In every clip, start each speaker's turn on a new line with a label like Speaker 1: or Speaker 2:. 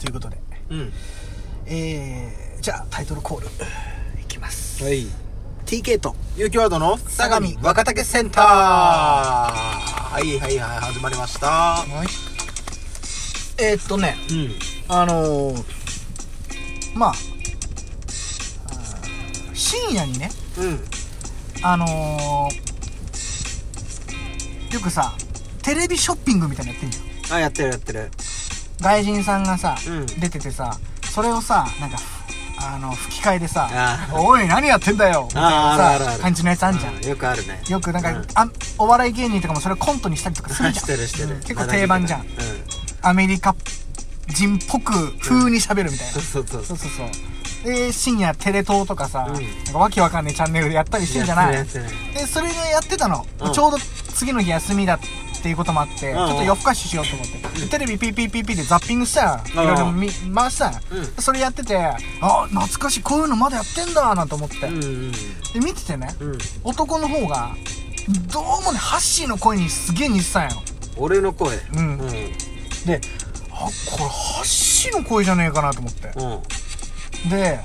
Speaker 1: ということで、
Speaker 2: うん
Speaker 1: えー、じゃあタイトルコールいきます、
Speaker 2: はい。
Speaker 1: TK と
Speaker 2: 有機ワードの
Speaker 1: 相
Speaker 2: 相
Speaker 1: 模
Speaker 2: 模若竹センターはいはいはい、始まりました。
Speaker 1: はいえー、っとね
Speaker 2: うん。
Speaker 1: あのー、まああー深夜にね
Speaker 2: うん。
Speaker 1: あのー、よくさテレビショッピングみたいなのやってんじゃん
Speaker 2: あ、やってるやってる。
Speaker 1: 外人さんがさ、
Speaker 2: うん
Speaker 1: 出ててさそれをさなんかあの吹き替えでさ
Speaker 2: あ
Speaker 1: 「
Speaker 2: ー
Speaker 1: おい何やってんだよ」みたい
Speaker 2: あーあるある
Speaker 1: な
Speaker 2: あ
Speaker 1: さ
Speaker 2: る
Speaker 1: 感じのやつあんじゃん、
Speaker 2: うよくあるね。
Speaker 1: よくなんか、
Speaker 2: うん
Speaker 1: あお笑い芸人とかもそれをコントにしたりとかするじゃん
Speaker 2: してるしてる
Speaker 1: う。ん結構定番じゃん
Speaker 2: うん。
Speaker 1: アメリカ人っぽく風に喋るみたいな、
Speaker 2: そうそうそう
Speaker 1: そうそうそうで深夜テレ東とかさ、
Speaker 2: う
Speaker 1: な
Speaker 2: ん
Speaker 1: んかわけわかんないチャンネルでやったりしてるじゃない
Speaker 2: やってるやってる
Speaker 1: でそれでやってたの、
Speaker 2: うん
Speaker 1: ちょうど次の日休みだっていうこともあって、
Speaker 2: うん
Speaker 1: ちょっと夜更かししようと思って、テレビピーピーピーピーでザッピングしたら、いろいろ見回したら、
Speaker 2: うん
Speaker 1: それやっててあ懐かしいこういうのまだやってんだなんて思って、
Speaker 2: うんうん
Speaker 1: で見ててね、
Speaker 2: うん。うん。
Speaker 1: 男の方がどうもねハッシーの声にすげえ似てたんやの
Speaker 2: 俺の声。
Speaker 1: うん
Speaker 2: うん。うん。
Speaker 1: であこれハッシーの声じゃねえかなと思ってで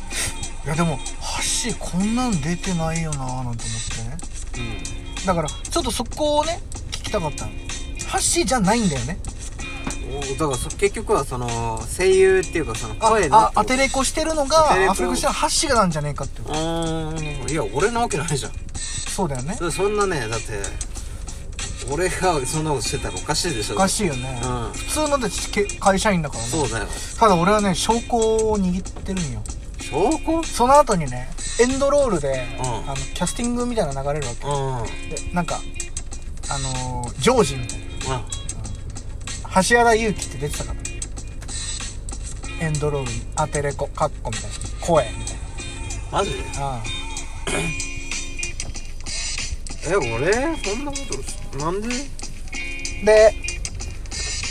Speaker 1: いやでもハッシーこんなん出てないよなーなんて思ってね
Speaker 2: うん
Speaker 1: だからちょっとそこをね聞きたかったのハッシーじゃないんだよね
Speaker 2: おだからそ結局はその声優っていうかその
Speaker 1: あ
Speaker 2: 声の
Speaker 1: あアテレコしてるのが
Speaker 2: アテレコ
Speaker 1: アフレコしてるハッシーがなんじゃねえかっていう
Speaker 2: うーんいや俺なわけないじゃん
Speaker 1: そうだよね
Speaker 2: そそんなねだって俺がそんなことしてたらおかしいでしょ
Speaker 1: おかしいよね、
Speaker 2: うん
Speaker 1: 普通のだってけ会社員だからね
Speaker 2: そうだよ
Speaker 1: ただ俺はね証拠を握ってるんよ
Speaker 2: 証拠
Speaker 1: その後にねエンドロールで、
Speaker 2: うん
Speaker 1: あのキャスティングみたいなの流れるわ
Speaker 2: うん
Speaker 1: けでなんかあのー、ジョージみたいな
Speaker 2: あ
Speaker 1: 橋原優輝って出てたからエンドロールにアテレコカッコみたいな声みたい
Speaker 2: マジで
Speaker 1: なあ
Speaker 2: え俺そんなことなんで
Speaker 1: あで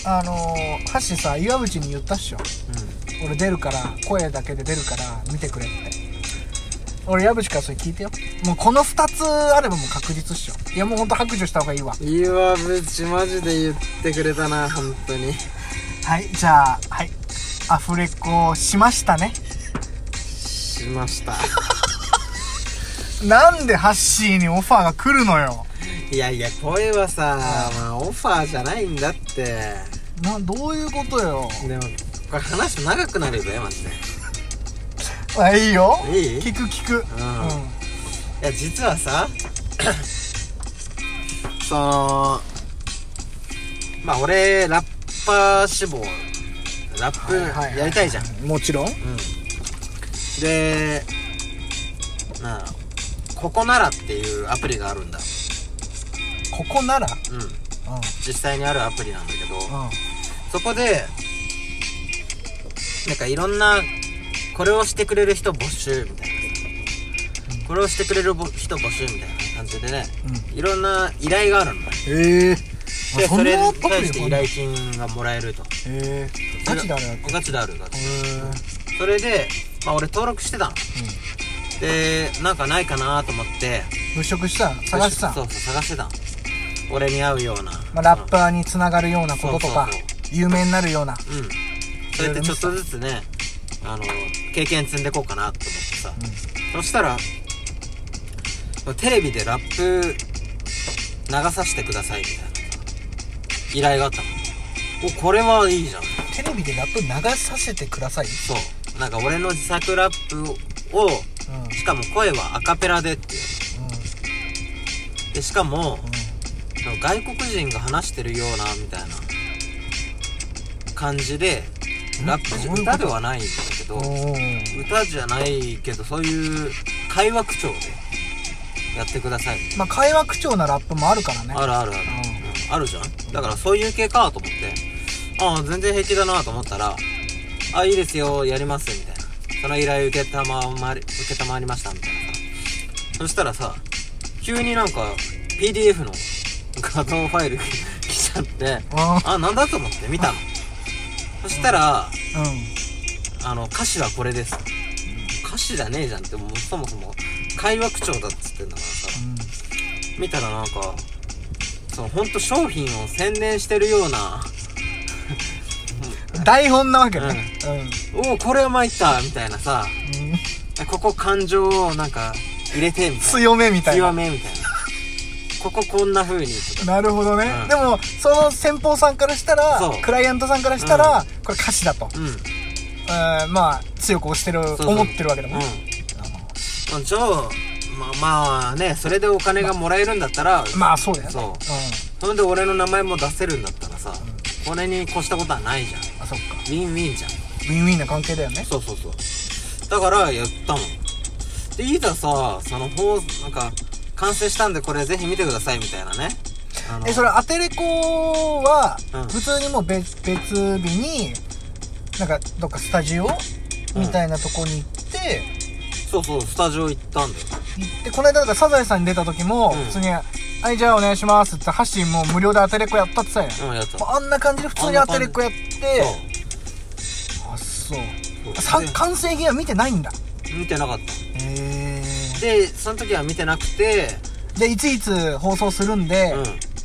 Speaker 1: あのー、橋さ岩渕に言ったっしょ俺出るから声だけで出るから見てくれって俺岩渕からそれ聞いてよもうこの2つあればもう確実っしょいやもうほんと白状した方がいいわ
Speaker 2: うん岩渕マジで言ってくれたな本当に
Speaker 1: はいじゃあはいアフレコしましたね
Speaker 2: しました
Speaker 1: なんでハッシーにオファーが来るのよ
Speaker 2: いやいや声はさ、まあ、オファーじゃないんだって
Speaker 1: などういうことよ
Speaker 2: でもこれ話すと長くなるぜマジで
Speaker 1: あいいよ
Speaker 2: いい
Speaker 1: 聞く聞く
Speaker 2: うんいや実はさそのまあ俺ラッパー志望ラッ
Speaker 1: はいはい
Speaker 2: プやりたいじゃん、
Speaker 1: うんもちろん
Speaker 2: うんでなあここならっていうアプリがあるんだ
Speaker 1: ここなら
Speaker 2: うん
Speaker 1: うん
Speaker 2: 実際にあるアプリなんだけど
Speaker 1: うん
Speaker 2: そこでなんかいろんなこれをしてくれる人募集みたいなさこれをしてくれるぼ人募集みたいな感じでね、いろんな依頼があるの
Speaker 1: ええ
Speaker 2: で
Speaker 1: そ
Speaker 2: そ
Speaker 1: ん
Speaker 2: れ
Speaker 1: なア
Speaker 2: に
Speaker 1: プ
Speaker 2: 対
Speaker 1: リ
Speaker 2: して依頼金がもらえると
Speaker 1: ええガチだね
Speaker 2: ガチであるガチ
Speaker 1: え
Speaker 2: それで、まあ、俺登録してたの、でなんかないかなと思って
Speaker 1: 物色した探してた
Speaker 2: そうそう探してたの俺に合うような、
Speaker 1: まあ、ラッパーにつながるようなこととか
Speaker 2: そうそう
Speaker 1: 有名になるような
Speaker 2: うんそうやってちょっとずつねあの経験積んでこうかなと思ってさ、そしたらテレビでラップ流させてくださいみたいなさ依頼があったのおこれはいいじゃん
Speaker 1: テレビでラップ流させてください、
Speaker 2: そうなんか俺の自作ラップを
Speaker 1: うんうん
Speaker 2: しかも声はアカペラでっていうでしかもその外国人が話してるようなみたいな感じでラップじ
Speaker 1: ど
Speaker 2: ゃ
Speaker 1: ういうこと
Speaker 2: 歌ではないんだけど
Speaker 1: うん、おー
Speaker 2: 歌じゃないけどそういう会話口調でやってください
Speaker 1: まあ会話口調なラップもあるからね
Speaker 2: あるあるある、うんあるじゃんだからそういう系かと思ってああ全然平気だなと思ったら「あいいですよやります」みたいなその依頼受けたまわり受けたまわりましたみたいなさそしたらさ急になんか PDF の 画像ファイル 来ちゃって
Speaker 1: あ
Speaker 2: あなんだと思って見たのそしたら
Speaker 1: うん
Speaker 2: あの歌詞はこれです歌詞じゃねえじゃんってもうそもそも会話口調だっつってんだからさ見たらなんかそのほんと商品を宣伝してるような
Speaker 1: うん台本なわけね
Speaker 2: おおこれは参ったみたいなさ
Speaker 1: うん、
Speaker 2: ここ感情をなんか入れてみたい
Speaker 1: 強めみ
Speaker 2: な
Speaker 1: たい
Speaker 2: 強
Speaker 1: な
Speaker 2: めみたいなこここんな風にとか
Speaker 1: なるほどね、
Speaker 2: うん
Speaker 1: でもその先方さんからしたら
Speaker 2: そう
Speaker 1: クライアントさんからしたら、これ歌詞だと、
Speaker 2: うん
Speaker 1: うんまあ強く押してる
Speaker 2: そうそう
Speaker 1: 思ってるわけだもんね
Speaker 2: うんじゃあまあまあねそれでお金がもらえるんだったら
Speaker 1: まあそうだよね
Speaker 2: そうんそんで俺の名前も出せるんだったらさこれに越したことはないじゃんウ
Speaker 1: あそっか
Speaker 2: ィンウィンじゃん
Speaker 1: ウィンウィンな関係だよね
Speaker 2: そうそうそうだからやったのでいざさそのほうなんか完成したんでこれぜひ見てくださいみたいなねあの
Speaker 1: えそれアテレコは
Speaker 2: うん
Speaker 1: 普通にもう別,、別日になんかどっかスタジオみたいなとこに行って、
Speaker 2: そうそうスタジオ行ったんだよ
Speaker 1: 行ってこの間だからサザエさんに出た時も
Speaker 2: うん
Speaker 1: 普通に「はいじゃあお願いします」ってハッシーも無料でアテレコやったって言ってたやん、
Speaker 2: うんやった
Speaker 1: もうあんな感じで普通にアテレコやってあそうさ
Speaker 2: そう
Speaker 1: 完成品は見てないんだ
Speaker 2: 見てなかった
Speaker 1: へえ
Speaker 2: でその時は見てなくて
Speaker 1: でいついつ放送するんで、
Speaker 2: うん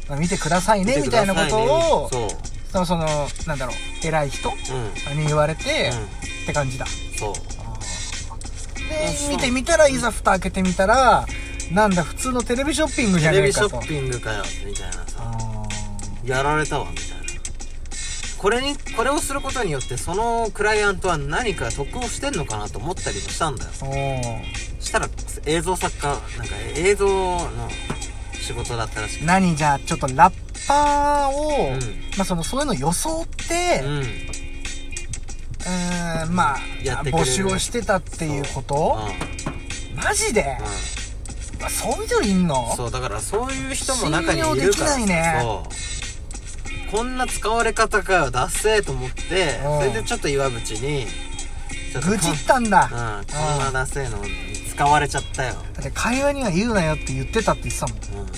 Speaker 1: まあ見てくださいねみたいなことを
Speaker 2: そう
Speaker 1: そのそのなんだろう偉い人
Speaker 2: うん
Speaker 1: に言われて、
Speaker 2: うん
Speaker 1: って感じだ
Speaker 2: そう
Speaker 1: で
Speaker 2: そう
Speaker 1: 見てみたらいざ蓋開けてみたらなんだ普通のテレビショッピングじ
Speaker 2: テ
Speaker 1: ゃね
Speaker 2: レ
Speaker 1: え
Speaker 2: ビシ
Speaker 1: か
Speaker 2: ョ
Speaker 1: と
Speaker 2: ッピングかよみたいなさ
Speaker 1: あ
Speaker 2: やられたわみたいなこれにこれをすることによってそのクライアントは何か得をしてんのかなと思ったりもしたんだよ
Speaker 1: ーお
Speaker 2: したら映像作家なんか映像の仕事だったらしく
Speaker 1: ー何じゃあちょっとラッパーを、
Speaker 2: うん
Speaker 1: まあ、そのそういうの装って
Speaker 2: て、う
Speaker 1: うんーんまあ
Speaker 2: やってくれ
Speaker 1: 募
Speaker 2: る
Speaker 1: 集をしてたっていうことマジで、
Speaker 2: う
Speaker 1: まあそういう人いんの
Speaker 2: ん、そうだからそういう人も中にいるから
Speaker 1: 信用できないね
Speaker 2: そうこんな使われ方かよダッセーと思って
Speaker 1: うん
Speaker 2: それでちょっと岩淵にちょっと
Speaker 1: 愚痴ったんだ、
Speaker 2: うん、こん
Speaker 1: だ
Speaker 2: なダセーのに使われちゃったよ、
Speaker 1: って会話には言うなよって言ってたって言ってたもん、
Speaker 2: うん、ダ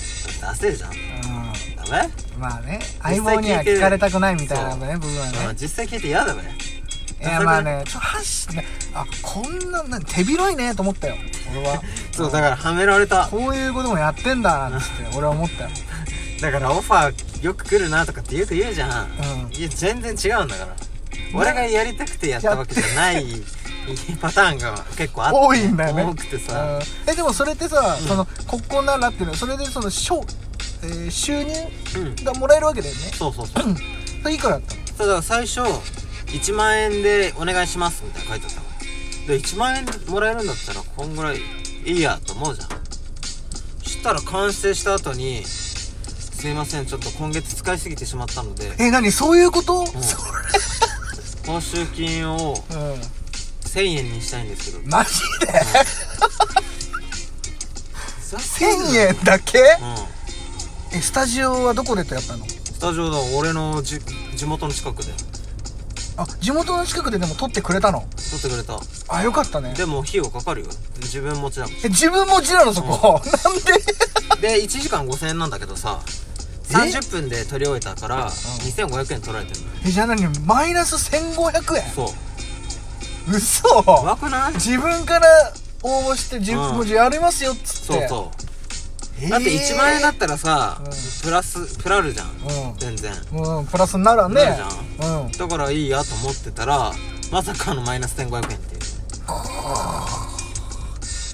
Speaker 2: セーじゃん
Speaker 1: う
Speaker 2: ダメ
Speaker 1: ん、まあね
Speaker 2: 実際
Speaker 1: 相棒には
Speaker 2: 聞いてる
Speaker 1: 聞かれたくないみたいなね部分はね、
Speaker 2: うん実際聞いて嫌だべ
Speaker 1: いやまあねちょっと箸ねあこんななん手広いねと思ったよ俺 は
Speaker 2: そうだからはめられた
Speaker 1: こういうこともやってんだなんつって俺は思ったよ
Speaker 2: だからオファーよく来るなとかってよく言うじゃん、
Speaker 1: うん
Speaker 2: いや全然違うんだから俺がやりたくてやったわけじゃないパターンが結構あって
Speaker 1: 多いんだよね
Speaker 2: 多くて
Speaker 1: う
Speaker 2: さ、
Speaker 1: んえでもそれってさ、そのここならっていうのはそれでその賞、えー収入
Speaker 2: うん、
Speaker 1: がもらえるわけだよね
Speaker 2: そうそうそう
Speaker 1: それいくらだったの
Speaker 2: そうだから最初1万円でお願いしますみたいな書いてあったからで1万円もらえるんだったらこんぐらいいいやと思うじゃんそしたら完成した後に「すいませんちょっと今月使いすぎてしまった ので
Speaker 1: え何そういうこと、そ
Speaker 2: 報酬金を
Speaker 1: ううん
Speaker 2: 1000円にしたいんですけど
Speaker 1: マジで1000
Speaker 2: 円
Speaker 1: 円だけ
Speaker 2: うん
Speaker 1: えスタジオはどこでとやったの
Speaker 2: スタジオだ俺のじ地元の近くで
Speaker 1: あ地元の近くででも撮ってくれたの
Speaker 2: 撮ってくれた
Speaker 1: あよかったね
Speaker 2: でも費用かかるよ自分持ちだもん
Speaker 1: え自分もちなのそこ、なんで
Speaker 2: で1時間5000円なんだけどさ
Speaker 1: え
Speaker 2: 30分で撮り終えたから2500円取られてるのよ
Speaker 1: えじゃあ何マイナス1500円
Speaker 2: そう
Speaker 1: 嘘
Speaker 2: うまくない
Speaker 1: 自分から応募して自
Speaker 2: うん
Speaker 1: 分もうやりますよっつっ
Speaker 2: そ
Speaker 1: て
Speaker 2: うそう
Speaker 1: えー
Speaker 2: だって1万円だったらさ
Speaker 1: うん
Speaker 2: プラスプラるじゃん全然
Speaker 1: うん、うん、プラスならね
Speaker 2: なる
Speaker 1: うん
Speaker 2: だからいいやと思ってたらまさかのマイナス1500円っていう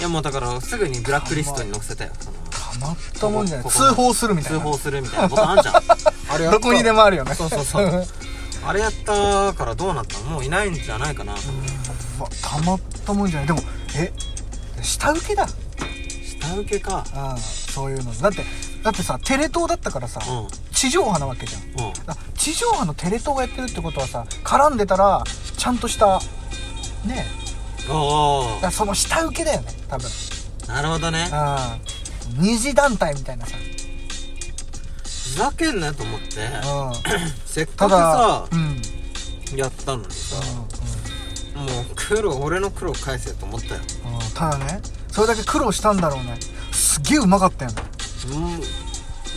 Speaker 2: いやもうだからすぐにブラックリストに載せたよその
Speaker 1: たまったもんじゃない
Speaker 2: ここここ
Speaker 1: 通報するみたい
Speaker 2: 通
Speaker 1: な
Speaker 2: 報するみたいなことあんじゃん あれやった
Speaker 1: どこにでもあるよね
Speaker 2: そうそうそう
Speaker 1: ん わ
Speaker 2: あれやったからどうなったのもういないんじゃないかな
Speaker 1: たまったもんじゃないでもえ下請けだ
Speaker 2: 下請けか
Speaker 1: うんそういうのだってだってさテレ東だったからさ、
Speaker 2: うんうん
Speaker 1: 地上波なわけじゃんあ地上波のテレ東がやってるってことはさ絡んでたらちゃんとしたねだ
Speaker 2: お
Speaker 1: からその下請けだよね多分
Speaker 2: おなるほどね
Speaker 1: ああ二次団体みたいなさ、
Speaker 2: ふざけんなよと思って
Speaker 1: うん、
Speaker 2: せっか
Speaker 1: た
Speaker 2: く
Speaker 1: だ
Speaker 2: さ
Speaker 1: うん、うんうん、
Speaker 2: やったのにさもう苦労俺の苦労返せよと思ったよ
Speaker 1: うんただねそれだけ苦労したんだろうねすげえうまかったよね
Speaker 2: もう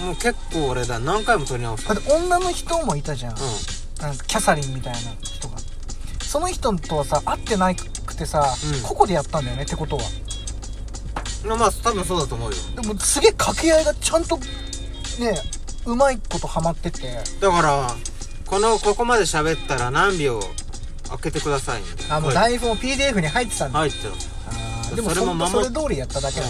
Speaker 2: もう結構俺だ何回も撮り直した
Speaker 1: だって女の人もいたじゃん,、
Speaker 2: う
Speaker 1: なんかキャサリンみたいな人がその人とはさ会ってなくてさ、
Speaker 2: うん
Speaker 1: ここでやったんだよねってことは
Speaker 2: んまあ多分そうだと思うよ
Speaker 1: でもすげえ掛け合いがちゃんとねうまいことハマってて
Speaker 2: だからこのここまで喋ったら何秒開けてくださいみたいな
Speaker 1: あもう
Speaker 2: はい
Speaker 1: 台本 PDF に入ってたんだ、
Speaker 2: 入ってる
Speaker 1: あーでも
Speaker 2: それ
Speaker 1: そ
Speaker 2: も
Speaker 1: んと
Speaker 2: 守
Speaker 1: そ
Speaker 2: っ
Speaker 1: れ通りやっただけだ、え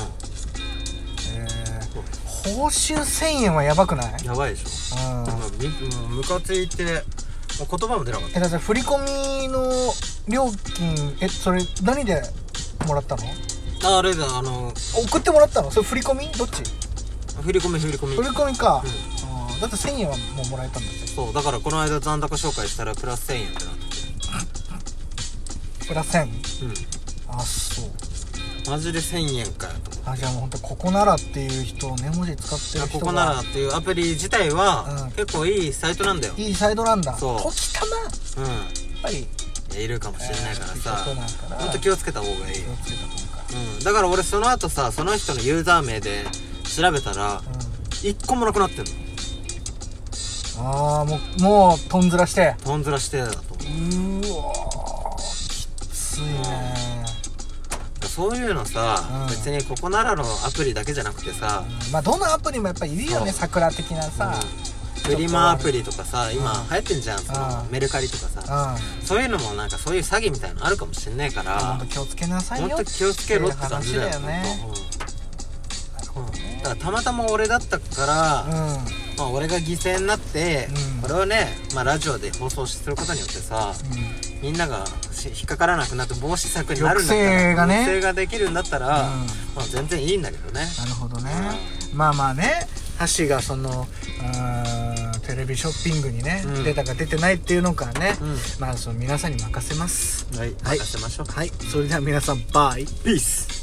Speaker 2: そう
Speaker 1: ー、報酬1000円はやばくない
Speaker 2: やばいでしょ
Speaker 1: うん
Speaker 2: もうみもうムカついてもう言葉も出なかっ
Speaker 1: えだって振り込みの料金えそれ何でもらったの
Speaker 2: たああれだあの
Speaker 1: 送ってもらったのそれ振り込みどっち
Speaker 2: 振り込み振り込み
Speaker 1: 振り込みか、
Speaker 2: う
Speaker 1: うんだって1000円はもうもらえたんだって
Speaker 2: そうだからこの間残高紹介したらプラス1000円ってなって
Speaker 1: プラ1000
Speaker 2: うん
Speaker 1: あそう
Speaker 2: マジで1000円かよと思
Speaker 1: あじゃあもうほんとここならっていう人をね文字使ってる
Speaker 2: って
Speaker 1: 人
Speaker 2: こ
Speaker 1: が
Speaker 2: こならっていうアプリ自体は、
Speaker 1: うん
Speaker 2: 結構いいサイトなんだよ
Speaker 1: いいサイドなんだ
Speaker 2: そう
Speaker 1: こきたなやっ
Speaker 2: うん
Speaker 1: ぱり
Speaker 2: いやいるかもしれないからさ、
Speaker 1: えーそうなんかな
Speaker 2: ほんと気をつけた方がいい、
Speaker 1: 気をつけたもん
Speaker 2: うん、だから俺その後さその人のユーザー名で調べたら
Speaker 1: か、
Speaker 2: 一個もなくなってんの
Speaker 1: うん、ああもうもうとんずらして
Speaker 2: とんずらしてだと思う
Speaker 1: うーわーきついね、
Speaker 2: そういうのさ、
Speaker 1: うん
Speaker 2: 別にここならのアプリだけじゃなくてさ、
Speaker 1: うんまあどのアプリもやっぱいるよね
Speaker 2: そ
Speaker 1: 桜的なさ
Speaker 2: うんフリマアプリとかさ今
Speaker 1: うん
Speaker 2: 流行ってんじゃんその
Speaker 1: うん
Speaker 2: メルカリとかさ
Speaker 1: う
Speaker 2: そういうのもなんかそういう詐欺みたいなのあるかもしんないか
Speaker 1: んほんと
Speaker 2: ら
Speaker 1: 気をつけなさい
Speaker 2: ほ
Speaker 1: よ
Speaker 2: んと気をつけろって感じだよ
Speaker 1: っていう話だよね
Speaker 2: ほんとうんうんだからたまたま俺だったから、
Speaker 1: うんうん
Speaker 2: まあ、俺が犠牲になって、
Speaker 1: うん
Speaker 2: これをね、まあ、ラジオで放送することによってさみんながし引っかからなくなって防止策になるんだったら
Speaker 1: 抑制がね
Speaker 2: 制ができるんだったら、
Speaker 1: うん
Speaker 2: まあ、全然いいんだけどね
Speaker 1: なるほどねまあまあねハシがそのうんテレビショッピングにね、
Speaker 2: うん
Speaker 1: 出たか出てないっていうのかね、
Speaker 2: うん
Speaker 1: まあその皆さんに任せます
Speaker 2: はい
Speaker 1: はい
Speaker 2: 任せましょう
Speaker 1: はいそれでは皆さんバイ
Speaker 2: ピース